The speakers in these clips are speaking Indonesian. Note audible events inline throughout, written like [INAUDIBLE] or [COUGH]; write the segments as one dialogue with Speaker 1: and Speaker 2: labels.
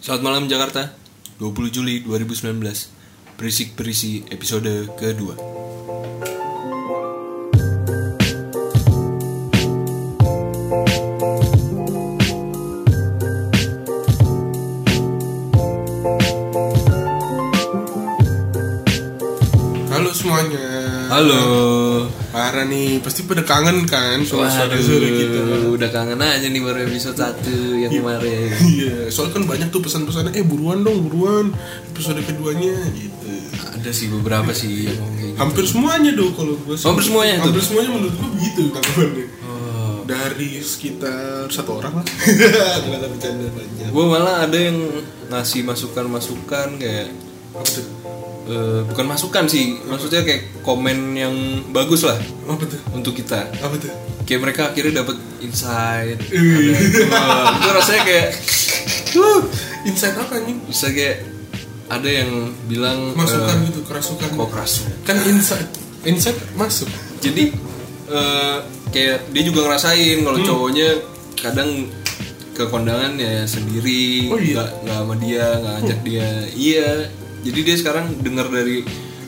Speaker 1: Selamat malam Jakarta 20 Juli 2019 Berisik-berisi episode kedua
Speaker 2: Halo semuanya.
Speaker 1: Halo
Speaker 2: Parah nih, pasti pada kangen kan sama suara suara gitu.
Speaker 1: Udah kangen aja nih baru episode 1 yang kemarin
Speaker 2: Iya, soalnya kan banyak tuh pesan-pesannya, eh buruan dong, buruan episode keduanya gitu.
Speaker 1: Ada sih beberapa sih yang ngomong kayak gitu.
Speaker 2: Hampir semuanya dong kalau gue. sih.
Speaker 1: Hampir semuanya tuh?
Speaker 2: Hampir semuanya menurut gue begitu tanggapannya.
Speaker 1: Oh.
Speaker 2: Dari sekitar satu orang
Speaker 1: [LAUGHS]
Speaker 2: lah. Ternyata bercanda banyak.
Speaker 1: Gue malah ada yang ngasih masukan-masukan kayak
Speaker 2: Apa tuh?
Speaker 1: eh, Bukan masukan sih Maksudnya kayak komen yang bagus lah
Speaker 2: Apa tuh?
Speaker 1: Untuk kita
Speaker 2: Apa tuh?
Speaker 1: kayak mereka akhirnya dapat insight
Speaker 2: Ih.
Speaker 1: Wah, itu rasanya kayak
Speaker 2: Huh, Insight apa nih?
Speaker 1: bisa kayak ada yang bilang
Speaker 2: Masukan
Speaker 1: eh,
Speaker 2: gitu, kerasukan.
Speaker 1: kok kerasukan?
Speaker 2: Kan insight, insight masuk.
Speaker 1: jadi eh, kayak dia juga ngerasain kalau
Speaker 2: Hmm.
Speaker 1: cowoknya kadang ke kondangan ya sendiri
Speaker 2: Oh, iya. Hmm.
Speaker 1: nggak nggak sama dia nggak ajak dia iya jadi dia sekarang dengar dari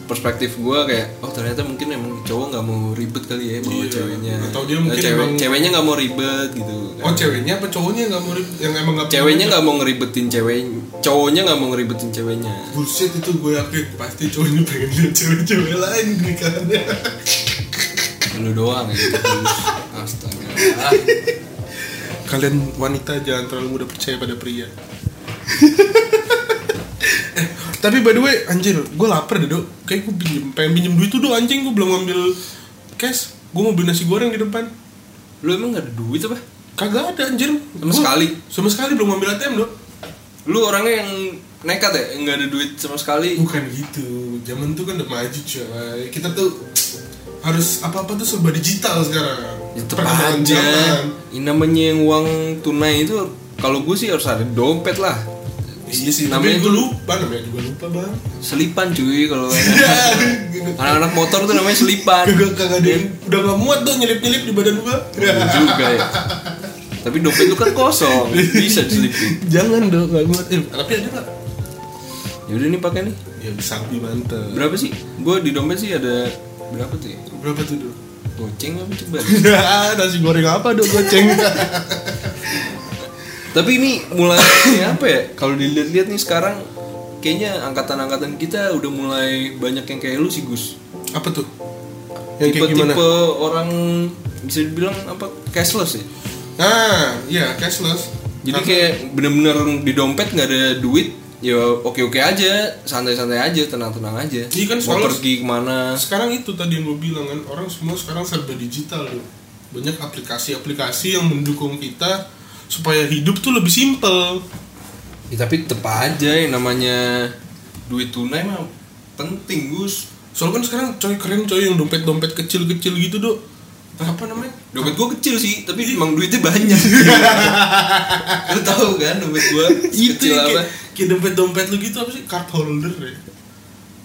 Speaker 1: perspektif gua kayak oh ternyata mungkin emang cowok nggak mau ribet kali ya bawa
Speaker 2: Iya.
Speaker 1: ceweknya
Speaker 2: Atau dia
Speaker 1: Eh,
Speaker 2: mungkin
Speaker 1: cewek-
Speaker 2: emang-
Speaker 1: ceweknya nggak mau ribet gitu
Speaker 2: Oh iya. ceweknya apa cowoknya yang nggak mau rib- yang emang nggak
Speaker 1: ceweknya nggak mau ngeribetin cewek cowoknya nggak mau ngeribetin ceweknya
Speaker 2: bullshit itu gue yakin pasti cowoknya pengen lihat cewek-cewek lain di nikahannya
Speaker 1: lu doang ya
Speaker 2: [LAUGHS]
Speaker 1: astaga Ah,
Speaker 2: kalian wanita jangan terlalu mudah percaya pada pria [LAUGHS] Eh, tapi by the way anjir gue lapar deh dok kayak gue pinjem pengen pinjem duit tuh dok anjing gue belum ngambil cash gue mau beli nasi goreng di depan
Speaker 1: lu emang gak ada duit apa
Speaker 2: kagak ada anjir
Speaker 1: sama
Speaker 2: Gua-
Speaker 1: sekali
Speaker 2: sama sekali belum ngambil ATM dok
Speaker 1: lu orangnya yang nekat ya nggak ada duit sama sekali
Speaker 2: bukan gitu zaman tuh kan udah maju coy kita tuh harus apa-apa tuh serba digital sekarang
Speaker 1: ya tetep
Speaker 2: Perkembangan
Speaker 1: aja
Speaker 2: zaman.
Speaker 1: ini namanya yang uang tunai itu kalau gue sih harus ada dompet lah
Speaker 2: Iya sih,
Speaker 1: namanya
Speaker 2: namanya gue lupa, namanya juga lupa bang.
Speaker 1: selipan cuy kalau
Speaker 2: Ya,
Speaker 1: anak-anak motor tuh namanya selipan
Speaker 2: [LAUGHS] kagak kagak ada, yang- udah gak muat dong nyelip nyelip di badan gua.
Speaker 1: Bener juga ya tapi dompet lu kan
Speaker 2: Oh,
Speaker 1: kosong bisa diselipin
Speaker 2: [LAUGHS] Jangan dong, gak muat. Eh, tapi ada nggak?
Speaker 1: yaudah nih pakai nih
Speaker 2: Ya sapi mantep.
Speaker 1: Berapa sih? Gue di dompet sih ada berapa tuh ya?
Speaker 2: Berapa tuh [LAUGHS] dong?
Speaker 1: Goceng apa coba?
Speaker 2: nasi goreng apa dong goceng?
Speaker 1: Tapi ini mulai apa ya? Kalau dilihat-lihat nih sekarang kayaknya angkatan-angkatan kita udah mulai banyak yang kayak lu sih Gus.
Speaker 2: [LAUGHS] apa tuh? Yang kayak gimana?
Speaker 1: Tipe-tipe orang bisa dibilang apa cashless ya?
Speaker 2: Nah, iya cashless.
Speaker 1: Jadi
Speaker 2: Karena-
Speaker 1: kayak bener-bener di dompet nggak ada duit ya oke-oke aja, santai-santai aja, tenang-tenang aja.
Speaker 2: Iya kan,
Speaker 1: Mau
Speaker 2: soalnya-
Speaker 1: pergi kemana?
Speaker 2: sekarang itu tadi yang gue bilang kan orang semua sekarang serba digital loh banyak aplikasi-aplikasi yang mendukung kita supaya hidup tuh lebih simpel
Speaker 1: Ya, tapi tetep aja yang namanya duit tunai mah penting Gus.
Speaker 2: Soalnya kan sekarang coy keren coy yang dompet-dompet kecil-kecil gitu dok Apa namanya?
Speaker 1: Dompet gue kecil sih, tapi emang duitnya banyak. [LAUGHS] lu tahu kan dompet gue
Speaker 2: Itu
Speaker 1: kecil
Speaker 2: ya,
Speaker 1: apa?
Speaker 2: kayak, kayak dompet-dompet lu gitu apa sih? Card holder ya?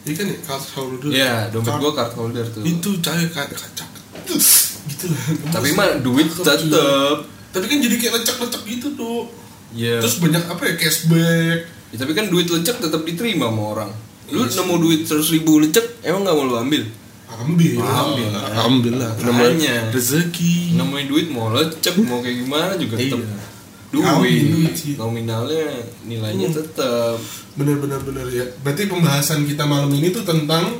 Speaker 2: Iya kan ya? Card holder
Speaker 1: Iya, dompet gue card holder tuh.
Speaker 2: Itu coy kayak kacak Gitu lah
Speaker 1: Tapi mah duit tetep.
Speaker 2: Tapi kan jadi kayak lecek-lecek gitu dok
Speaker 1: Iya.
Speaker 2: Terus banyak apa ya? Cashback
Speaker 1: Ya, tapi kan duit lecek tetap diterima sama orang. Lu
Speaker 2: Iya
Speaker 1: nemu duit seratus ribu lecek, emang nggak mau lu ambil?
Speaker 2: Ambil
Speaker 1: Ambil.
Speaker 2: Ambil lah
Speaker 1: Makanya.
Speaker 2: Namanya rezeki
Speaker 1: Namanya duit mau lecek, mau kayak gimana juga tetap.
Speaker 2: Hmm. Iya. Ambil duit sih. Hmm.
Speaker 1: Duit nominalnya nilainya tetap.
Speaker 2: Bener-bener bener ya. Berarti pembahasan kita malam ini tuh tentang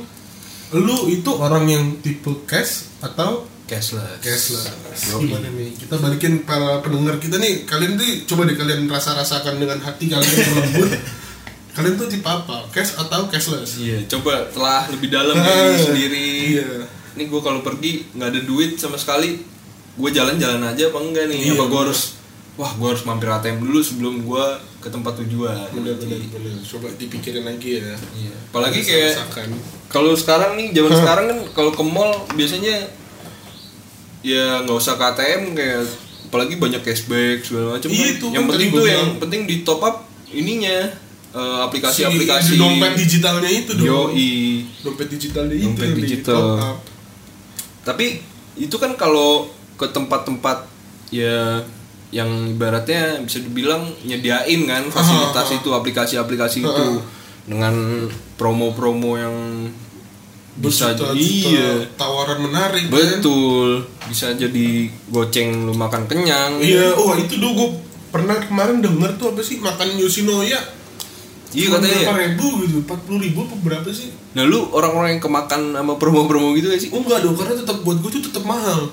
Speaker 2: lu itu orang yang tipe cash atau
Speaker 1: Cashless.
Speaker 2: cashless.
Speaker 1: Yoi.
Speaker 2: Gimana nih? Kita balikin para pendengar kita nih. Kalian tuh coba deh kalian rasa-rasakan dengan hati kalian yang
Speaker 1: [LAUGHS]
Speaker 2: lembut. kalian tuh tipe apa? Cash atau cashless?
Speaker 1: Iya, coba telah lebih
Speaker 2: [LAUGHS]
Speaker 1: dalam
Speaker 2: Ah,
Speaker 1: diri sendiri.
Speaker 2: iya.
Speaker 1: Ini gue kalau pergi nggak ada duit sama sekali, gue jalan-jalan aja apa enggak nih?
Speaker 2: Iya,
Speaker 1: apa gue
Speaker 2: bener.
Speaker 1: harus wah gue harus mampir ATM dulu sebelum gue ke tempat tujuan. gitu.
Speaker 2: Bener-bener Iya, bener. Coba dipikirin lagi ya.
Speaker 1: Iya. Apalagi kayak
Speaker 2: Rasa-rasakan.
Speaker 1: kalau sekarang nih zaman sekarang kan kalau ke mall biasanya ya nggak usah ke ATM kayak apalagi banyak cashback segala macam.
Speaker 2: Iya,
Speaker 1: kan.
Speaker 2: itu
Speaker 1: yang
Speaker 2: kan
Speaker 1: penting
Speaker 2: tadi
Speaker 1: tuh
Speaker 2: gua
Speaker 1: yang
Speaker 2: bilang.
Speaker 1: penting di top up ininya eh,
Speaker 2: Si-
Speaker 1: aplikasi-aplikasi
Speaker 2: si Iya, dompet digitalnya itu dong.
Speaker 1: Yoi.
Speaker 2: Dompet digitalnya itu
Speaker 1: Dompet
Speaker 2: yang di
Speaker 1: digital.
Speaker 2: top up.
Speaker 1: Tapi itu kan kalau ke tempat-tempat ya yang ibaratnya bisa dibilang nyediain kan fasilitas itu aplikasi-aplikasi itu dengan promo-promo yang bisa
Speaker 2: Berjuta-juta
Speaker 1: iya
Speaker 2: tawaran menarik kan?
Speaker 1: betul bisa jadi goceng lu makan kenyang
Speaker 2: iya oh itu dulu gue pernah kemarin denger tuh apa sih makan Yoshinoya
Speaker 1: Iya, katanya ya.
Speaker 2: berapa ribu gitu empat puluh ribu apa berapa sih
Speaker 1: nah lu orang-orang yang kemakan sama promo-promo gitu gak sih
Speaker 2: oh enggak dong karena tetap buat gue tuh tetap [LAUGHS] mahal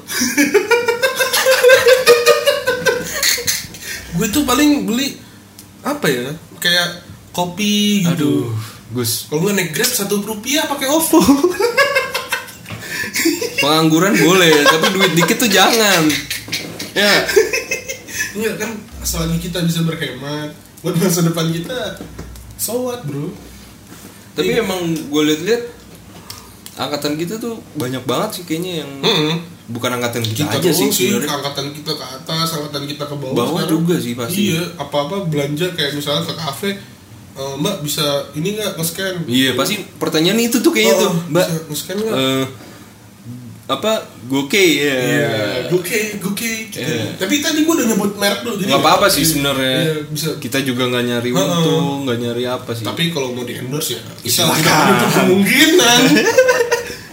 Speaker 2: gue tuh paling beli apa ya kayak kopi
Speaker 1: aduh
Speaker 2: gitu
Speaker 1: Gus
Speaker 2: kalau nggak naik grab satu rupiah pakai ovo
Speaker 1: pengangguran boleh tapi duit dikit tuh jangan ya
Speaker 2: [LAUGHS] Enggak kan selagi kita bisa berhemat buat masa depan kita so what bro
Speaker 1: tapi
Speaker 2: Iya.
Speaker 1: emang gue liat-liat angkatan kita tuh banyak banget sih kayaknya yang bukan angkatan kita,
Speaker 2: Hmm. kita
Speaker 1: aja sih
Speaker 2: doang sih,
Speaker 1: sebenarnya
Speaker 2: angkatan kita ke atas angkatan kita ke bawah
Speaker 1: Bawah
Speaker 2: sekarang.
Speaker 1: juga sih pasti.
Speaker 2: iya apa apa belanja kayak misalnya ke kafe eh, mbak bisa ini nggak nge-scan
Speaker 1: iya pasti pertanyaan itu tuh kayaknya
Speaker 2: Oh,
Speaker 1: tuh mbak
Speaker 2: bisa nge-scan nggak
Speaker 1: eh, apa goke ya
Speaker 2: Iya, goke goke gitu. tapi tadi gue udah nyebut merek dulu
Speaker 1: Iya.
Speaker 2: jadi
Speaker 1: nggak apa-apa sih
Speaker 2: Iya, iya,
Speaker 1: sebenarnya
Speaker 2: bisa
Speaker 1: kita juga nggak nyari
Speaker 2: Heeh.
Speaker 1: untung nggak nyari apa sih
Speaker 2: tapi kalau mau di endorse ya bisa
Speaker 1: Silakan.
Speaker 2: tidak menutup kemungkinan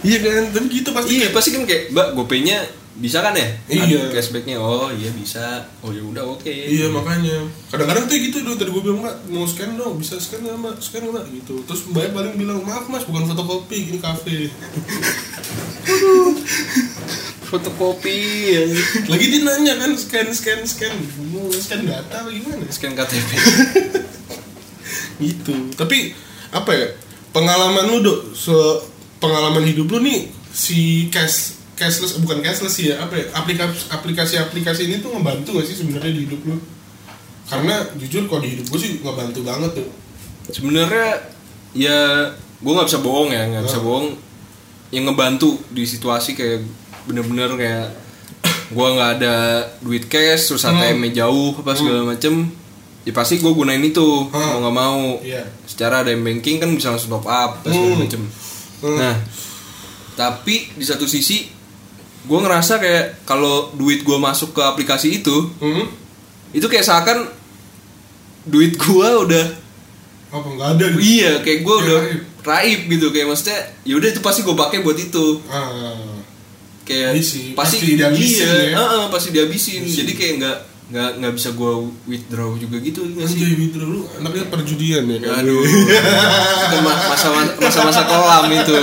Speaker 2: [LAUGHS] iya kan dan gitu pasti
Speaker 1: iya pasti kan kayak mbak gopenya bisa kan ya
Speaker 2: Iya.
Speaker 1: Ada cashbacknya oh iya bisa oh ya udah oke
Speaker 2: Iya makanya kadang-kadang tuh gitu dulu tadi gue bilang mbak mau scan dong bisa scan nggak mbak scan nggak mbak gitu terus mbak paling bilang maaf mas bukan fotokopi ini kafe [LAUGHS]
Speaker 1: fotokopi ya.
Speaker 2: lagi dia nanya kan scan scan scan mau scan data apa gimana
Speaker 1: scan KTP
Speaker 2: gitu tapi apa ya pengalaman lu dok se pengalaman hidup lu nih si cash cashless bukan cashless sih ya apa ya aplikasi aplikasi aplikasi ini tuh ngebantu gak sih sebenarnya di hidup lu karena jujur kalau di hidup gue sih ngebantu banget tuh
Speaker 1: sebenarnya ya gue nggak bisa bohong ya nggak bisa bohong yang ngebantu di situasi kayak bener-bener kayak gue nggak ada duit cash terus ATM nya jauh apa segala macem ya pasti gue gunain itu mau
Speaker 2: Hmm.
Speaker 1: nggak mau
Speaker 2: Iya.
Speaker 1: secara ada yang banking kan bisa langsung top up dan segala
Speaker 2: Hmm.
Speaker 1: macem
Speaker 2: Hmm.
Speaker 1: nah tapi di satu sisi gue ngerasa kayak kalau duit gue masuk ke aplikasi itu
Speaker 2: hmm?
Speaker 1: itu kayak seakan duit gue udah
Speaker 2: apa nggak ada gitu?
Speaker 1: iya kayak gue
Speaker 2: Kayak
Speaker 1: udah
Speaker 2: raib.
Speaker 1: raib gitu kayak maksudnya yaudah itu pasti gue pakai buat itu
Speaker 2: Ah,
Speaker 1: kayak
Speaker 2: Iya sih, pasti dihabisin
Speaker 1: iya,
Speaker 2: ya.
Speaker 1: heeh, pasti dihabisin
Speaker 2: Habisin.
Speaker 1: jadi kayak nggak nggak nggak bisa gue withdraw juga gitu nggak sih
Speaker 2: Anjay Witro lu anaknya perjudian ya kan?
Speaker 1: aduh itu ma- masa masa masa kolam itu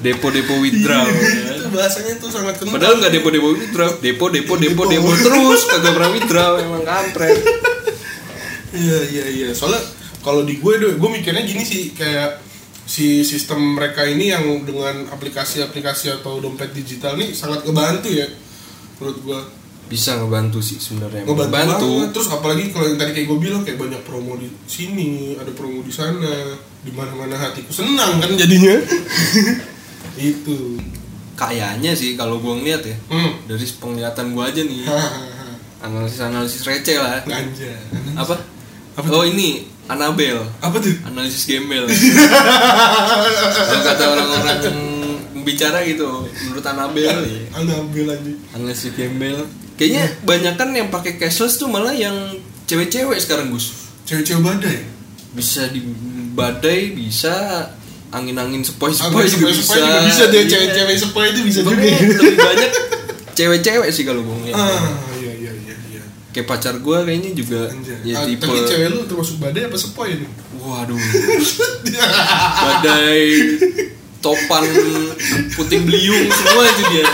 Speaker 1: depo depo withdraw
Speaker 2: itu bahasanya tuh sangat kental.
Speaker 1: padahal nggak depo depo withdraw depo depo depo
Speaker 2: Depo.
Speaker 1: depo terus kagak pernah withdraw emang kampret
Speaker 2: Iya iya iya. Soalnya kalau di gue deh, gue mikirnya gini sih kayak si sistem mereka ini yang dengan aplikasi-aplikasi atau dompet digital nih sangat ngebantu ya menurut gue
Speaker 1: bisa ngebantu sih sebenarnya
Speaker 2: ngebantu
Speaker 1: ngebantu
Speaker 2: banget. terus apalagi kalau yang tadi kayak gue bilang kayak banyak promo di sini ada promo di sana di mana mana hatiku senang kan jadinya [LAUGHS] itu
Speaker 1: kayaknya sih kalau gue ngeliat ya
Speaker 2: hmm. [LAUGHS]
Speaker 1: dari penglihatan gue aja nih
Speaker 2: Hahaha.
Speaker 1: analisis analisis receh lah
Speaker 2: ganja
Speaker 1: apa,
Speaker 2: Apa
Speaker 1: oh ini Anabel
Speaker 2: apa tuh
Speaker 1: analisis
Speaker 2: [LAUGHS]
Speaker 1: gembel kalau kata orang-orang bicara gitu menurut Anabel ya,
Speaker 2: Anabel anjing
Speaker 1: analisis gembel kayaknya banyak kan yang pakai cashless tuh malah yang cewek-cewek sekarang Gus
Speaker 2: Cewek-cewek badai
Speaker 1: bisa di badai bisa angin-angin sepoi-sepoi
Speaker 2: Angkat
Speaker 1: juga
Speaker 2: sepoi
Speaker 1: bisa
Speaker 2: sepoi juga bisa deh
Speaker 1: Iya.
Speaker 2: Cewek-cewek sepoi itu bisa juga
Speaker 1: Makanya lebih banyak cewek-cewek sih kalau gue ngeliat.
Speaker 2: Ah iya iya iya iya
Speaker 1: kayak pacar gue kayaknya juga
Speaker 2: Anjay.
Speaker 1: ya
Speaker 2: Ah,
Speaker 1: tipe
Speaker 2: Tapi cewek lu termasuk badai apa sepoi nih?
Speaker 1: waduh badai topan puting beliung semua itu dia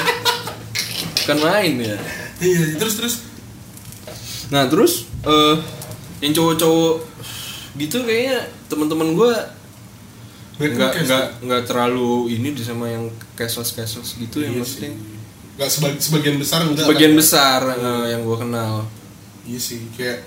Speaker 1: bukan main ya
Speaker 2: Iya iya. terus terus
Speaker 1: nah terus eh yang cowok-cowok gitu kayaknya teman-teman gue
Speaker 2: Mereka
Speaker 1: nggak
Speaker 2: kayak-
Speaker 1: nggak nggak terlalu ini deh sama yang cashless cashless gitu yang
Speaker 2: Iya sih.
Speaker 1: maksudnya
Speaker 2: Nggak sebag- sebagian besar enggak
Speaker 1: sebagian
Speaker 2: lah.
Speaker 1: besar eh, yang gue kenal
Speaker 2: Iya sih kayak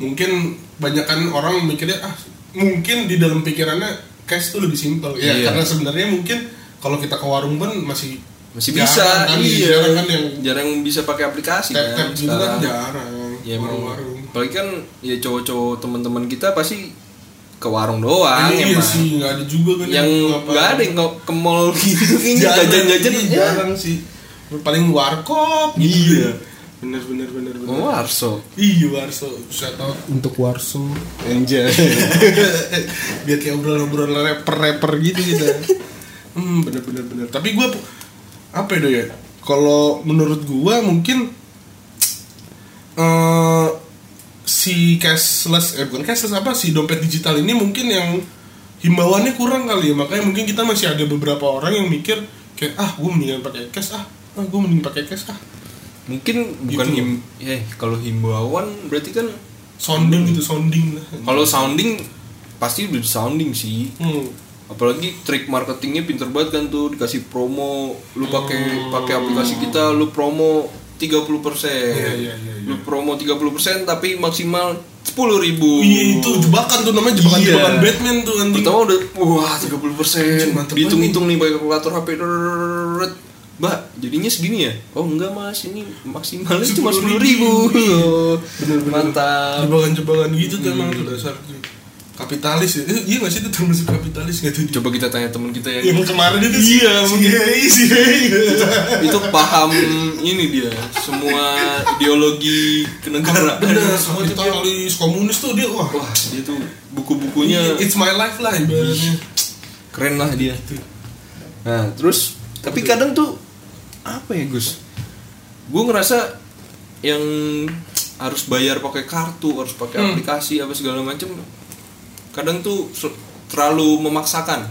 Speaker 2: Mungkin banyakan orang mikirnya ah Mungkin di dalam pikirannya cash tuh lebih simpel ya
Speaker 1: Iya.
Speaker 2: karena sebenarnya mungkin kalau kita ke warung pun masih
Speaker 1: masih
Speaker 2: jarang
Speaker 1: bisa
Speaker 2: kan,
Speaker 1: iya
Speaker 2: jarang kan yang
Speaker 1: jarang bisa pakai aplikasi
Speaker 2: tap tap
Speaker 1: kan
Speaker 2: gitu kan
Speaker 1: sekarang.
Speaker 2: jarang
Speaker 1: ya emang
Speaker 2: warung-warung
Speaker 1: apalagi kan ya cowok-cowok teman-teman kita pasti ke warung doang
Speaker 2: Iya
Speaker 1: emang.
Speaker 2: sih, nggak ada juga kan
Speaker 1: yang
Speaker 2: ngapa-
Speaker 1: nggak ada yang ke- ke
Speaker 2: [LAUGHS]
Speaker 1: mall gitu kayaknya
Speaker 2: Jarang,
Speaker 1: jajan-jajan
Speaker 2: iya,
Speaker 1: ya.
Speaker 2: jarang sih. Paling warkop. gitu.
Speaker 1: iya
Speaker 2: bener bener bener bener
Speaker 1: Oh, Warso.
Speaker 2: Iya Warso, shout out untuk Warso
Speaker 1: Enjoy.
Speaker 2: [LAUGHS] Biar kayak obrolan-obrolan rapper-rapper gitu kita Hmm bener-bener bener Tapi gue, apa ya Doy, ya Kalau menurut gue mungkin eh Si cashless, eh bukan cashless apa Si dompet digital ini mungkin yang Himbauannya kurang kali ya Makanya mungkin kita masih ada beberapa orang yang mikir Kayak ah gue mendingan pakai cash ah Ah gue mending pakai cash ah
Speaker 1: Mungkin bukan
Speaker 2: Gitu.
Speaker 1: him- eh, kalau himbauan berarti kan
Speaker 2: Sounding gitu, sounding lah
Speaker 1: kalau sounding pasti udah sounding sih.
Speaker 2: Hmm.
Speaker 1: apalagi trik marketingnya pinter banget kan tuh dikasih promo lu pakai
Speaker 2: Oh.
Speaker 1: pakai aplikasi kita lu promo 30%
Speaker 2: Iya, iya, iya, iya.
Speaker 1: lu promo 30% tapi maksimal 10.000 ribu
Speaker 2: Iya itu jebakan tuh namanya jebakan jebakan
Speaker 1: Iya.
Speaker 2: Batman tuh anjing.
Speaker 1: pertama udah wah
Speaker 2: Anjing,
Speaker 1: 30%
Speaker 2: mantep
Speaker 1: dihitung-hitung nih pakai kalkulator HP drrrrrrret. mbak jadinya segini ya oh enggak mas ini maksimalnya cuma 10.000 ribu mantap
Speaker 2: Jebakan jebakan gitu tuh
Speaker 1: Hmm.
Speaker 2: emang tuh dasar tuh. kapitalis ya. Eh, iya nggak sih itu termasuk kapitalis nggak tuh? dia?
Speaker 1: coba kita tanya teman kita yang
Speaker 2: Yang kemarin itu iya mungkin si Hei
Speaker 1: itu paham ini dia semua ideologi kenegaraan
Speaker 2: Bener, kapitalis komunis tuh dia wah.
Speaker 1: wah dia tuh buku-bukunya
Speaker 2: It's my life lah
Speaker 1: Iya.
Speaker 2: ibaratnya.
Speaker 1: keren lah dia nah terus tapi kadang tuh apa ya Gus gue ngerasa yang harus bayar pakai kartu harus pakai
Speaker 2: Hmm.
Speaker 1: aplikasi apa segala macem kadang tuh se- terlalu memaksakan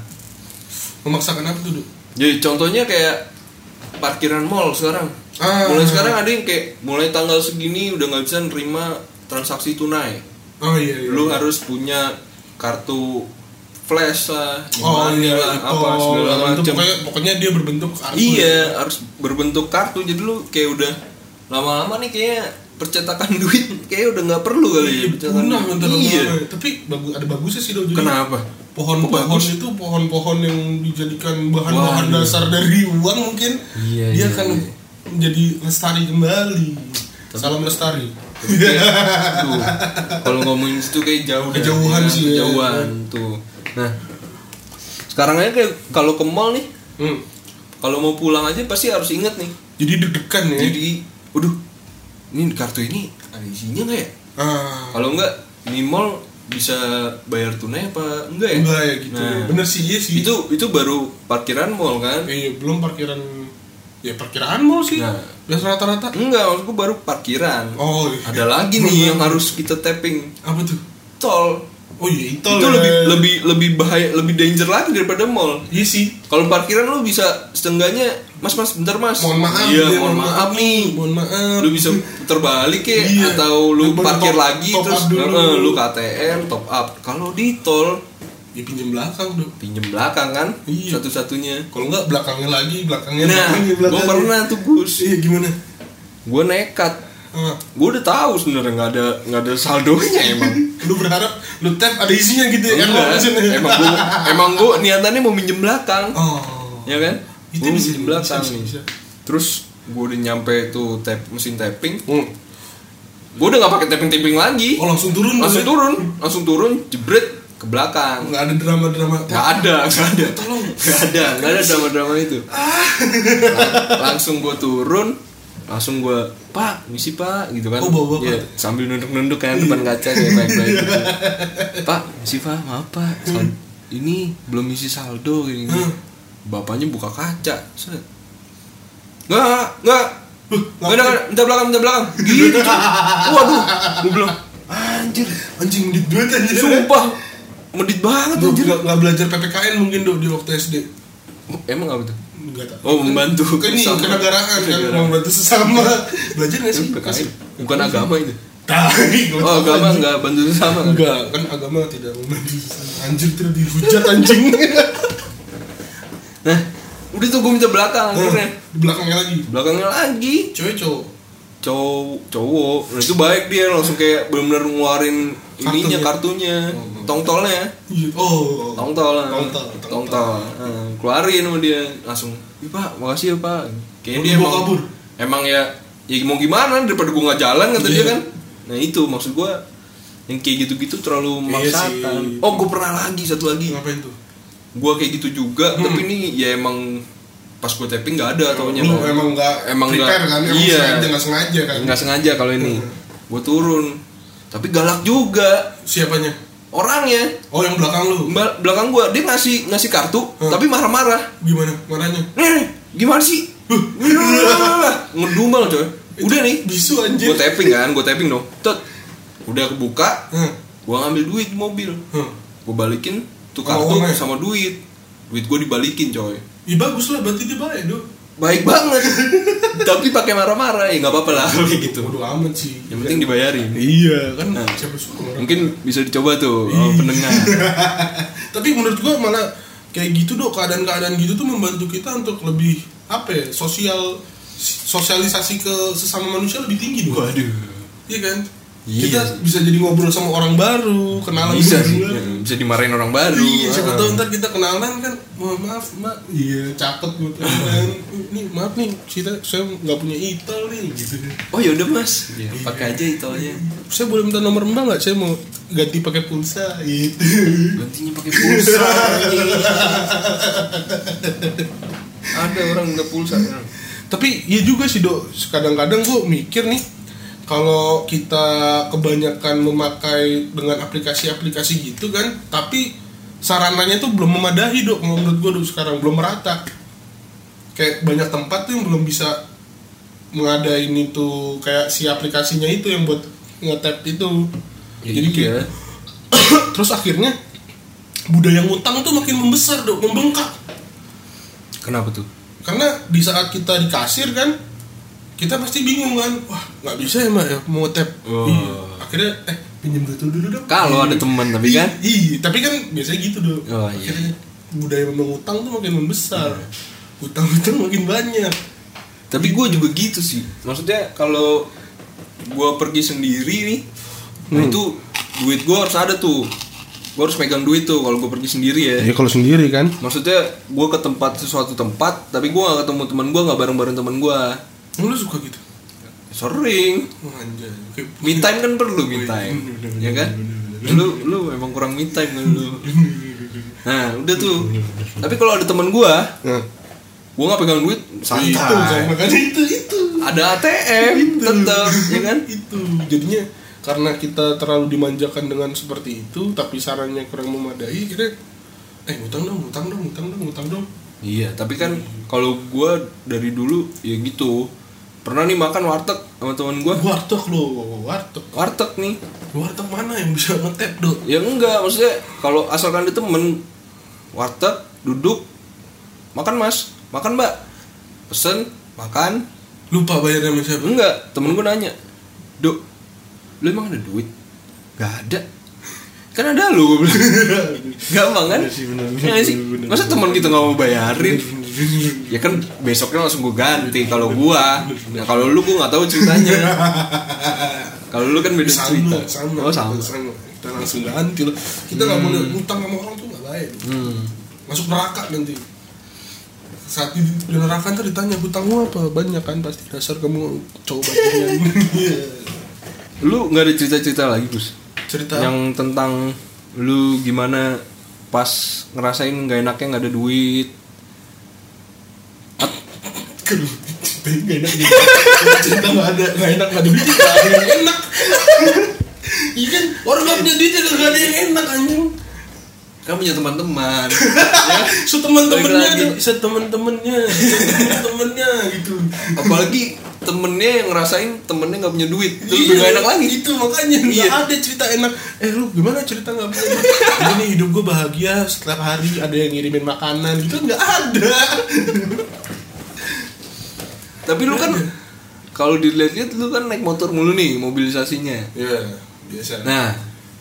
Speaker 2: Memaksakan apa tuh? Du?
Speaker 1: jadi contohnya kayak parkiran mall sekarang
Speaker 2: Ah.
Speaker 1: mulai sekarang ada yang kayak mulai tanggal segini udah nggak bisa nerima transaksi tunai
Speaker 2: Oh iya iya.
Speaker 1: lu harus punya kartu flash lah,
Speaker 2: Oh
Speaker 1: gimana
Speaker 2: iya,
Speaker 1: lah,
Speaker 2: itu.
Speaker 1: apa segala
Speaker 2: Itu
Speaker 1: macam.
Speaker 2: Pokoknya, pokoknya dia berbentuk kartu.
Speaker 1: Iya, harus berbentuk kartu. Jadi lu kayak udah lama-lama nih kayaknya percetakan [LAUGHS] duit kayak udah nggak perlu kali ya
Speaker 2: Iya,
Speaker 1: percetakan
Speaker 2: punah
Speaker 1: duit.
Speaker 2: antara
Speaker 1: Iya.
Speaker 2: lama. Tapi bagus ada bagusnya sih dong.
Speaker 1: Kenapa?
Speaker 2: pohon-pohon
Speaker 1: Bagus.
Speaker 2: itu pohon-pohon yang dijadikan bahan-bahan
Speaker 1: Waduh.
Speaker 2: dasar dari uang mungkin
Speaker 1: Iya,
Speaker 2: dia
Speaker 1: iya,
Speaker 2: akan
Speaker 1: iya.
Speaker 2: menjadi lestari kembali salam lestari
Speaker 1: Tapi kayak, aduh, Kalau ngomongin situ kayak jauh dah, ya
Speaker 2: Kejauhan
Speaker 1: kan?
Speaker 2: sih, ya.
Speaker 1: Kejauhan tuh. Nah, sekarang aja kayak kalau ke mall nih,
Speaker 2: Hmm.
Speaker 1: kalau mau pulang aja pasti harus inget nih.
Speaker 2: jadi deg-degan
Speaker 1: Hmm.
Speaker 2: ya
Speaker 1: Jadi, waduh, ini kartu ini ada isinya nggak ya?
Speaker 2: ah,
Speaker 1: Kalau enggak, di mall bisa bayar tunai apa enggak ya?
Speaker 2: enggak ya gitu
Speaker 1: Nah,
Speaker 2: bener sih iya sih
Speaker 1: itu itu baru parkiran mall kan?
Speaker 2: eh, belum parkiran ya parkiran mall sih
Speaker 1: Nah.
Speaker 2: biasa rata-rata
Speaker 1: Enggak, maksudku baru parkiran.
Speaker 2: oh iya.
Speaker 1: Ada lagi nih yang harus kita tapping
Speaker 2: apa tuh
Speaker 1: tol.
Speaker 2: oh iya itu
Speaker 1: itu
Speaker 2: lah.
Speaker 1: lebih lebih lebih bahaya, lebih danger lagi daripada mall.
Speaker 2: iya sih
Speaker 1: Kalau parkiran lu bisa setengahnya, mas mas bentar mas.
Speaker 2: mohon maaf
Speaker 1: Iya,
Speaker 2: ya,
Speaker 1: mohon maaf, nih.
Speaker 2: mohon maaf
Speaker 1: lu bisa puter balik ya
Speaker 2: Iya.
Speaker 1: atau lu
Speaker 2: Lu baru
Speaker 1: parkir
Speaker 2: top-
Speaker 1: lagi
Speaker 2: top
Speaker 1: terus
Speaker 2: up dulu.
Speaker 1: eh, lu KTM top up. Kalau di tol
Speaker 2: ya pinjam belakang dong
Speaker 1: pinjem belakang kan
Speaker 2: Iya.
Speaker 1: satu-satunya
Speaker 2: kalau enggak belakangnya lagi belakangnya
Speaker 1: nah
Speaker 2: belakangnya,
Speaker 1: gue
Speaker 2: belakangnya.
Speaker 1: pernah tuh Gus
Speaker 2: iya gimana
Speaker 1: gue nekat
Speaker 2: Ah.
Speaker 1: gue udah tahu sebenarnya nggak ada nggak ada saldonya
Speaker 2: [LAUGHS]
Speaker 1: emang
Speaker 2: lu berharap lu tap ada isinya gitu ya kan
Speaker 1: Enggak,
Speaker 2: Maksudnya.
Speaker 1: emang gue emang gue niatannya mau minjem belakang
Speaker 2: oh
Speaker 1: ya kan Gua
Speaker 2: Itu
Speaker 1: mau
Speaker 2: bisa,
Speaker 1: minjem
Speaker 2: bisa,
Speaker 1: belakang
Speaker 2: bisa,
Speaker 1: nih.
Speaker 2: bisa.
Speaker 1: terus gue udah nyampe tuh tap mesin tapping
Speaker 2: Hmm.
Speaker 1: gue udah nggak pakai tapping tapping lagi
Speaker 2: oh langsung turun tuh,
Speaker 1: langsung
Speaker 2: ya?
Speaker 1: turun langsung turun jebret ke belakang
Speaker 2: nggak ada drama drama
Speaker 1: Gak ada, gak ada. Tolong. Gak ada, gak ada drama-drama itu.
Speaker 2: Ah.
Speaker 1: Lang- langsung gue turun, langsung gue pak misi pak gitu kan
Speaker 2: Oh, bawa Iya. bapak.
Speaker 1: Iya, sambil nunduk-nunduk kan depan kaca kayak baik-baik
Speaker 2: [LAUGHS]
Speaker 1: gitu. pak misi pak maaf pak sal- ini belum isi saldo gini, gini.
Speaker 2: Hmm.
Speaker 1: bapaknya buka kaca set. nggak nggak
Speaker 2: Huh,
Speaker 1: nggak ada nggak ada. minta belakang minta belakang gitu
Speaker 2: [LAUGHS]
Speaker 1: cuy. waduh gue bilang anjir
Speaker 2: anjing medit duit anjir
Speaker 1: sumpah medit banget
Speaker 2: Lu
Speaker 1: anjir
Speaker 2: nggak nggak belajar ppkn mungkin dong di waktu sd
Speaker 1: emang apa tuh
Speaker 2: nggak tahu
Speaker 1: Oh membantu
Speaker 2: Kan ini
Speaker 1: Sesama.
Speaker 2: kenegaraan kan
Speaker 1: Kenegaraan.
Speaker 2: orang bantu sesama belajar nggak sih
Speaker 1: PKI. Bukan agama itu
Speaker 2: Tahi, gua
Speaker 1: Oh
Speaker 2: tahu,
Speaker 1: agama
Speaker 2: anjing.
Speaker 1: enggak bantu sesama kan?
Speaker 2: Enggak, kan agama tidak membantu sesama. Anjir terus dihujat anjing. [LAUGHS]
Speaker 1: Nah udah tuh gue minta belakang akhirnya
Speaker 2: Eh, Di belakangnya lagi.
Speaker 1: Belakangnya lagi
Speaker 2: Cewek cowok.
Speaker 1: cowok cowok nah, itu baik dia langsung kayak benar-benar ngeluarin ininya kartunya
Speaker 2: Oh,
Speaker 1: tongtolnya
Speaker 2: Iya. Oh.
Speaker 1: tongtol lah.
Speaker 2: Tongtol, tongtol.
Speaker 1: tongtol Nah, eh. keluarin sama dia langsung "Ih, pak makasih ya pak kayak
Speaker 2: Waduh,
Speaker 1: dia
Speaker 2: gua
Speaker 1: emang
Speaker 2: kabur.
Speaker 1: emang ya ya mau gimana daripada gue nggak jalan kata
Speaker 2: Iya.
Speaker 1: dia kan nah itu maksud gue yang kayak gitu-gitu terlalu memaksakan
Speaker 2: Iya sih. Hmm.
Speaker 1: oh gue pernah lagi satu lagi
Speaker 2: Ngapain tuh? Hmm.
Speaker 1: gue kayak gitu juga tapi ini ya emang pas gue tapping nggak ada taunya
Speaker 2: lu
Speaker 1: Bang.
Speaker 2: emang nggak
Speaker 1: emang nggak
Speaker 2: prepare kan emang
Speaker 1: iya
Speaker 2: sengaja nggak sengaja kan
Speaker 1: nggak sengaja kalau ini
Speaker 2: Hmm.
Speaker 1: gue turun tapi galak juga
Speaker 2: siapanya
Speaker 1: orangnya
Speaker 2: oh yang belakang lu
Speaker 1: Ba- belakang gue dia ngasih ngasih kartu
Speaker 2: Hmm.
Speaker 1: tapi marah-marah
Speaker 2: gimana marahnya
Speaker 1: nih, nih, Eh, gimana sih ngedumel coy udah nih
Speaker 2: bisu anjir
Speaker 1: gue tapping kan gue tapping dong Tet. udah kebuka
Speaker 2: Hah,
Speaker 1: gue ngambil duit di mobil
Speaker 2: hah.
Speaker 1: gue balikin tuh
Speaker 2: Oh,
Speaker 1: kartu
Speaker 2: uangnya.
Speaker 1: sama duit duit gue dibalikin coy
Speaker 2: Ya bagus lah berarti dia baik dong
Speaker 1: baik banget [LAUGHS] tapi pakai marah-marah ya nggak apa-apa lah [LAUGHS] [LAUGHS] kayak gitu
Speaker 2: Bodo amat sih
Speaker 1: yang penting dibayarin
Speaker 2: Iya kan
Speaker 1: Nah.
Speaker 2: siapa suruh orang
Speaker 1: mungkin bisa dicoba tuh sama
Speaker 2: Ih.
Speaker 1: pendengar
Speaker 2: [LAUGHS] Tapi menurut gua malah kayak gitu dong keadaan-keadaan gitu tuh membantu kita untuk lebih apa ya sosial sosialisasi ke sesama manusia lebih tinggi dong.
Speaker 1: waduh
Speaker 2: Iya kan?
Speaker 1: Iya
Speaker 2: Kita
Speaker 1: sih.
Speaker 2: bisa jadi ngobrol sama orang baru, kenalan
Speaker 1: bisa sih
Speaker 2: dulu kan.
Speaker 1: ya, bisa dimarahin orang baru
Speaker 2: Iya, siapa
Speaker 1: Ah.
Speaker 2: tahu ntar kita kenalan kan, mohon maaf mbak, iya cakep gitu
Speaker 1: [LAUGHS]
Speaker 2: kan, nih maaf nih, kita saya nggak punya itel nih gitu kan.
Speaker 1: oh yaudah mas Iya, pakai aja itu aja
Speaker 2: Saya boleh minta nomor mbak nggak? Saya mau ganti pakai pulsa gitu. [LAUGHS]
Speaker 1: gantinya pakai pulsa anjing. ada orang nggak pulsa ya.
Speaker 2: tapi iya juga sih dok kadang-kadang gue mikir nih kalau kita kebanyakan memakai dengan aplikasi-aplikasi gitu kan tapi sarananya tuh belum memadahi dok kalau menurut gue dok sekarang belum merata kayak banyak tempat tuh yang belum bisa mengadain itu kayak si aplikasinya itu yang buat ngetap itu
Speaker 1: Ya,
Speaker 2: jadi
Speaker 1: iya.
Speaker 2: kayak [CLEARS THROAT] terus akhirnya budaya ngutang tuh makin membesar dok membengkak
Speaker 1: kenapa tuh
Speaker 2: karena di saat kita di kasir kan kita pasti bingung kan wah nggak bisa ya mak ya mau tap
Speaker 1: Oh.
Speaker 2: Iya. akhirnya eh pinjam duit lu dulu dong
Speaker 1: kalau ada teman tapi kan
Speaker 2: iya tapi kan biasanya gitu dong
Speaker 1: Oh, iya.
Speaker 2: akhirnya budaya mengutang tuh makin membesar utang-utang makin banyak
Speaker 1: tapi gue juga gitu sih maksudnya kalau gue pergi sendiri nih nah itu duit gue harus ada tuh gue harus megang duit tuh kalau gue pergi sendiri ya
Speaker 2: kalau sendiri kan
Speaker 1: maksudnya gue ke tempat sesuatu tempat tapi gue gak ketemu teman gue nggak bareng bareng teman gue
Speaker 2: lu suka gitu
Speaker 1: sering
Speaker 2: Wah, anjay Oke.
Speaker 1: me time kan perlu me time ya kan lu lu emang kurang me time kan lu nah udah tuh tapi kalau ada teman gue
Speaker 2: Nah,
Speaker 1: gue nggak pegang duit
Speaker 2: itu kan
Speaker 1: santai
Speaker 2: makanya itu itu
Speaker 1: ada ATM tetap ya
Speaker 2: [LAUGHS]
Speaker 1: kan
Speaker 2: itu jadinya karena kita terlalu dimanjakan dengan seperti itu tapi sarannya kurang memadai kita eh ngutang dong ngutang dong ngutang dong ngutang dong
Speaker 1: Iya, tapi kan kalau gua dari dulu ya gitu. Pernah nih makan warteg sama teman gua.
Speaker 2: warteg lo warteg
Speaker 1: Warteg nih.
Speaker 2: warteg mana yang bisa ngetep dong
Speaker 1: Ya enggak, maksudnya kalau asalkan ada temen warteg duduk makan Mas, makan Mbak. Pesen, makan.
Speaker 2: lupa bayarnya sama siapa
Speaker 1: Enggak, temen gua nanya. Dok, lu emang ada duit? Gak ada. Kan ada lu gua bilang. [LAUGHS] Gampang kan?
Speaker 2: Iya sih, bener,
Speaker 1: Ya nggak sih?
Speaker 2: bener, bener,
Speaker 1: Masa teman kita nggak mau bayarin? ya kan besoknya langsung gue ganti kalau gua nah kalau lu gua nggak tahu
Speaker 2: [LAUGHS]
Speaker 1: ceritanya kalau lu kan beda cerita
Speaker 2: sama
Speaker 1: oh sama
Speaker 2: sama sama kita langsung ganti lo kita nggak boleh ngutang sama orang tuh nggak baik
Speaker 1: hmm.
Speaker 2: masuk neraka nanti saat di, di neraka ntar ditanya hutang lu apa banyak kan pasti dasar kamu coba
Speaker 1: [LAUGHS] lu nggak ada cerita-cerita lagi Gus
Speaker 2: cerita
Speaker 1: yang tentang lu gimana pas ngerasain nggak enaknya nggak ada duit
Speaker 2: Aduh, cerita gak enak gitu. Cerita gak ada, gak enak, gak ada duit, gak ada yang enak Iya kan, orang gak punya duit, gak ada yang enak anjing
Speaker 1: kan punya [LAUGHS] teman-teman
Speaker 2: Setemen-temennya
Speaker 1: Balik
Speaker 2: tuh,
Speaker 1: lagi.
Speaker 2: setemen-temennya, setemen-temennya gitu
Speaker 1: apalagi temennya yang ngerasain temennya nggak punya duit itu
Speaker 2: Iya.
Speaker 1: lebih nggak enak lagi
Speaker 2: Itu gitu, makanya,
Speaker 1: Iya.
Speaker 2: gak ada cerita enak Eh lu gimana cerita gak punya duit? Ini hidup gue bahagia, setiap hari ada yang ngirimin makanan gitu kan gak ada
Speaker 1: tapi lu kan kalau dilihat-lihat lu kan naik motor mulu nih mobilisasinya
Speaker 2: Ya, biasa
Speaker 1: Nah,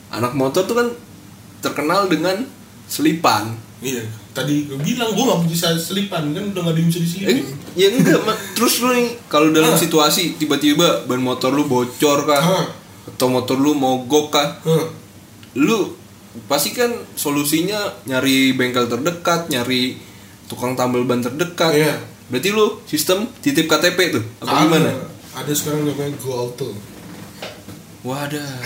Speaker 1: anak motor tuh kan terkenal dengan selipan.
Speaker 2: Iya, tadi gue bilang gue gak bisa selipan kan udah gak ada yang bisa
Speaker 1: Eh,
Speaker 2: diselipin
Speaker 1: ya enggak, Ma. terus lu nih kalau dalam
Speaker 2: Ah.
Speaker 1: situasi tiba-tiba ban motor lu bocor kah?
Speaker 2: Ah.
Speaker 1: Atau motor lu mogok kah?
Speaker 2: Hah.
Speaker 1: Lu pasti kan solusinya nyari bengkel terdekat, nyari tukang tambal ban terdekat.
Speaker 2: Iya.
Speaker 1: Berarti lu sistem titip KTP tuh apa
Speaker 2: Ada.
Speaker 1: gimana?
Speaker 2: Ada sekarang namanya Go Auto.
Speaker 1: Wadah.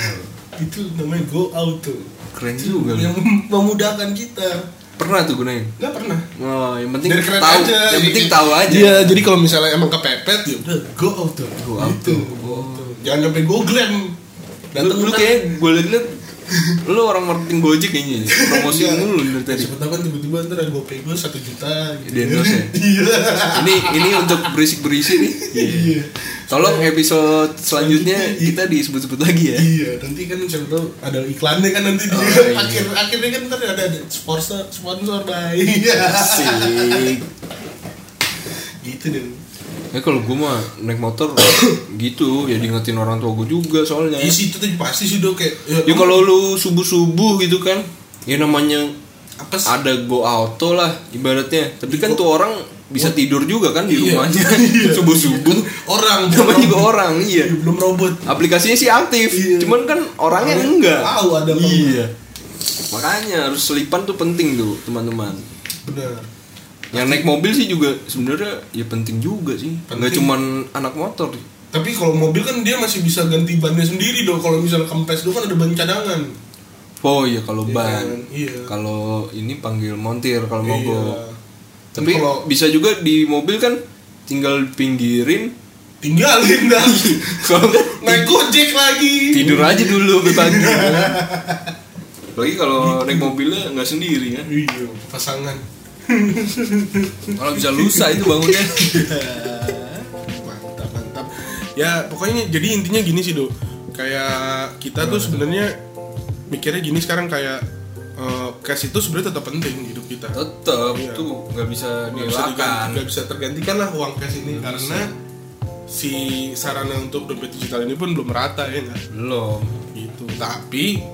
Speaker 2: Itu namanya Go Auto.
Speaker 1: Keren
Speaker 2: Itu
Speaker 1: juga lu.
Speaker 2: yang memudahkan kita.
Speaker 1: pernah tuh gunain
Speaker 2: nggak pernah
Speaker 1: oh, yang penting
Speaker 2: Dari keren
Speaker 1: tahu
Speaker 2: aja,
Speaker 1: yang
Speaker 2: jadi-
Speaker 1: penting tahu aja
Speaker 2: Iya, jadi kalau misalnya emang kepepet ya udah go out tuh.
Speaker 1: Go out
Speaker 2: Gitu. Jangan sampai go glam.
Speaker 1: datang lu kayak gue liat lu orang marketing gojek
Speaker 2: [LAUGHS]
Speaker 1: kayaknya
Speaker 2: Iya.
Speaker 1: promosi mulu dari gitu tadi
Speaker 2: Sebentar kan tiba-tiba ntar ada gopay gue 1 juta gitu.
Speaker 1: Di endorse ya?
Speaker 2: [LAUGHS] Iya.
Speaker 1: ini ini untuk berisik berisi nih
Speaker 2: Iya.
Speaker 1: tolong episode selanjutnya
Speaker 2: Selanjutnya, iya.
Speaker 1: kita disebut-sebut lagi ya
Speaker 2: Iya, nanti kan siapa tahu ada iklannya kan nanti
Speaker 1: Oh,
Speaker 2: dia
Speaker 1: iya.
Speaker 2: akhir akhirnya kan ntar ada, ada sponsor sponsor [LAUGHS] baik.
Speaker 1: Asik.
Speaker 2: gitu deh.
Speaker 1: Ya kalau gue mah naik motor [COUGHS] gitu ya diingetin orang tua gue juga soalnya.
Speaker 2: Iya sih itu tuh pasti sih dok kayak
Speaker 1: Ya kalau lu subuh-subuh gitu kan, ya namanya
Speaker 2: apa sih?
Speaker 1: ada go auto lah ibaratnya. Tapi kan tuh orang bisa tidur juga kan di
Speaker 2: Iya.
Speaker 1: rumahnya
Speaker 2: [LAUGHS] Iya.
Speaker 1: subuh-subuh.
Speaker 2: Orang
Speaker 1: Namanya juga orang, iya.
Speaker 2: belum robot.
Speaker 1: Aplikasinya sih aktif,
Speaker 2: Iya.
Speaker 1: cuman kan orangnya enggak.
Speaker 2: Tahu ada apa
Speaker 1: Iya. Makanya harus selipan tuh penting tuh, teman-teman.
Speaker 2: Benar.
Speaker 1: Yang naik mobil sih juga sebenarnya ya penting juga sih. Enggak
Speaker 2: Penting.
Speaker 1: cuman anak motor.
Speaker 2: Tapi kalau mobil kan dia masih bisa ganti bannya sendiri dong. Kalau misalnya kempes dulu kan ada ban cadangan.
Speaker 1: Oh iya kalau
Speaker 2: Iya
Speaker 1: ban.
Speaker 2: kan? Iya.
Speaker 1: Kalau ini panggil montir kalau
Speaker 2: Iya.
Speaker 1: mogok.
Speaker 2: Dan
Speaker 1: Tapi
Speaker 2: kalau
Speaker 1: bisa juga di mobil kan tinggal
Speaker 2: [LAUGHS]
Speaker 1: pinggirin
Speaker 2: tinggalin
Speaker 1: [LAUGHS]
Speaker 2: dah.
Speaker 1: kalau nggak
Speaker 2: Naik gojek lagi.
Speaker 1: tidur aja
Speaker 2: [LAUGHS]
Speaker 1: dulu sampai pagi. Lagi kalau naik mobilnya nggak sendiri kan.
Speaker 2: Iya,
Speaker 1: [LAUGHS]
Speaker 2: pasangan.
Speaker 1: Kalau bisa lusa itu bangunnya.
Speaker 2: mantap, mantap. Ya, pokoknya jadi intinya gini sih, Do. Kayak kita tuh sebenarnya mikirnya gini sekarang kayak eh, cash itu sebenarnya tetap penting di hidup kita.
Speaker 1: Tetap
Speaker 2: Iya.
Speaker 1: tuh nggak bisa
Speaker 2: nggak bisa diganti-
Speaker 1: dielakkan.
Speaker 2: nggak bisa tergantikan lah uang cash ini karena si sarana untuk dompet digital ini pun belum rata ya nggak
Speaker 1: Belum.
Speaker 2: gitu tapi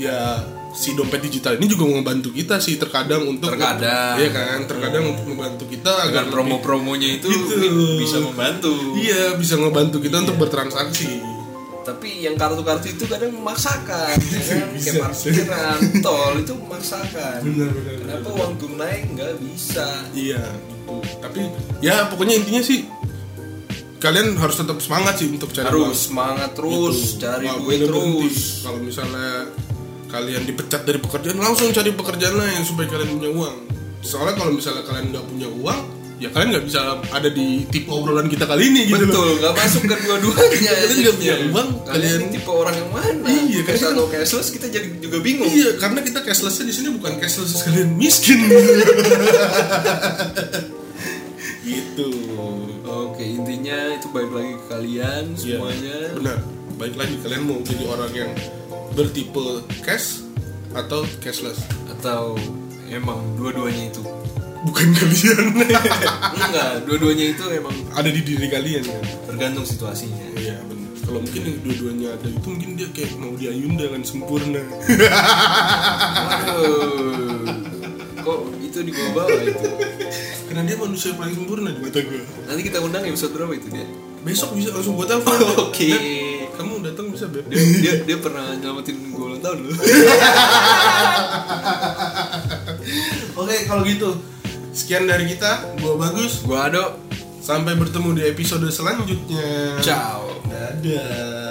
Speaker 2: ya si dompet digital ini juga membantu kita sih terkadang untuk
Speaker 1: Terkadang.
Speaker 2: iya kan terkadang untuk membantu kita agar
Speaker 1: Dengan promo-promonya itu
Speaker 2: Iya. Gitu.
Speaker 1: bisa membantu.
Speaker 2: iya bisa ngebantu kita untuk bertransaksi
Speaker 1: tapi yang kartu-kartu itu kadang memaksakan ya kan?
Speaker 2: [LAUGHS] Bisa,
Speaker 1: kayak
Speaker 2: bisa.
Speaker 1: parkiran tol itu memaksakan
Speaker 2: Benar, benar,
Speaker 1: kenapa
Speaker 2: benar.
Speaker 1: uang tunai nggak bisa
Speaker 2: iya gitu tapi ya pokoknya intinya sih kalian harus tetap semangat sih untuk cari
Speaker 1: harus
Speaker 2: uang.
Speaker 1: semangat terus
Speaker 2: Gitu.
Speaker 1: cari
Speaker 2: Nggak
Speaker 1: duit
Speaker 2: boleh
Speaker 1: terus
Speaker 2: berhenti. Iya, kalau misalnya kalian dipecat dari pekerjaan langsung cari pekerjaan lain supaya kalian punya uang soalnya kalau misalnya kalian nggak punya uang ya kalian nggak bisa ada di tipe obrolan kita kali ini gitu
Speaker 1: betul
Speaker 2: loh
Speaker 1: nggak masuk ke
Speaker 2: [LAUGHS]
Speaker 1: dua-duanya
Speaker 2: Kalian juga punya
Speaker 1: jadinya.
Speaker 2: uang,
Speaker 1: kalian
Speaker 2: kalian-
Speaker 1: tipe orang yang mana
Speaker 2: Iya,
Speaker 1: cash
Speaker 2: kalian-
Speaker 1: atau cashless kita jadi juga bingung
Speaker 2: iya karena kita cashlessnya di sini bukan cashless kalian
Speaker 1: [LAUGHS]
Speaker 2: miskin gitu
Speaker 1: oke intinya itu balik lagi ke kalian semuanya
Speaker 2: Iya, benar baik lagi kalian mau jadi orang yang bertipe cash atau cashless
Speaker 1: atau emang dua-duanya itu
Speaker 2: bukan kalian [LAUGHS]
Speaker 1: enggak dua-duanya itu emang
Speaker 2: ada di diri kalian kan
Speaker 1: tergantung situasinya
Speaker 2: Iya benar. Kalau mungkin yang dua-duanya ada itu mungkin dia kayak mau di Ayunda kan sempurna.
Speaker 1: Waduh. Kok itu di bawah bawah itu?
Speaker 2: [LAUGHS] Karena dia manusia yang paling sempurna di mata gue.
Speaker 1: Nanti kita undang episode berapa itu dia?
Speaker 2: Besok bisa langsung buat [LAUGHS] telepon.
Speaker 1: [LAUGHS] Oke.
Speaker 2: Dan Kamu datang bisa [LAUGHS] beb.
Speaker 1: Dia, dia, dia pernah nyelamatin gue ulang tahun dulu.
Speaker 2: Oke kalau gitu. Sekian dari kita. Gua bagus.
Speaker 1: Gue Ado.
Speaker 2: Sampai bertemu di episode selanjutnya.
Speaker 1: Ciao.
Speaker 2: Dadah.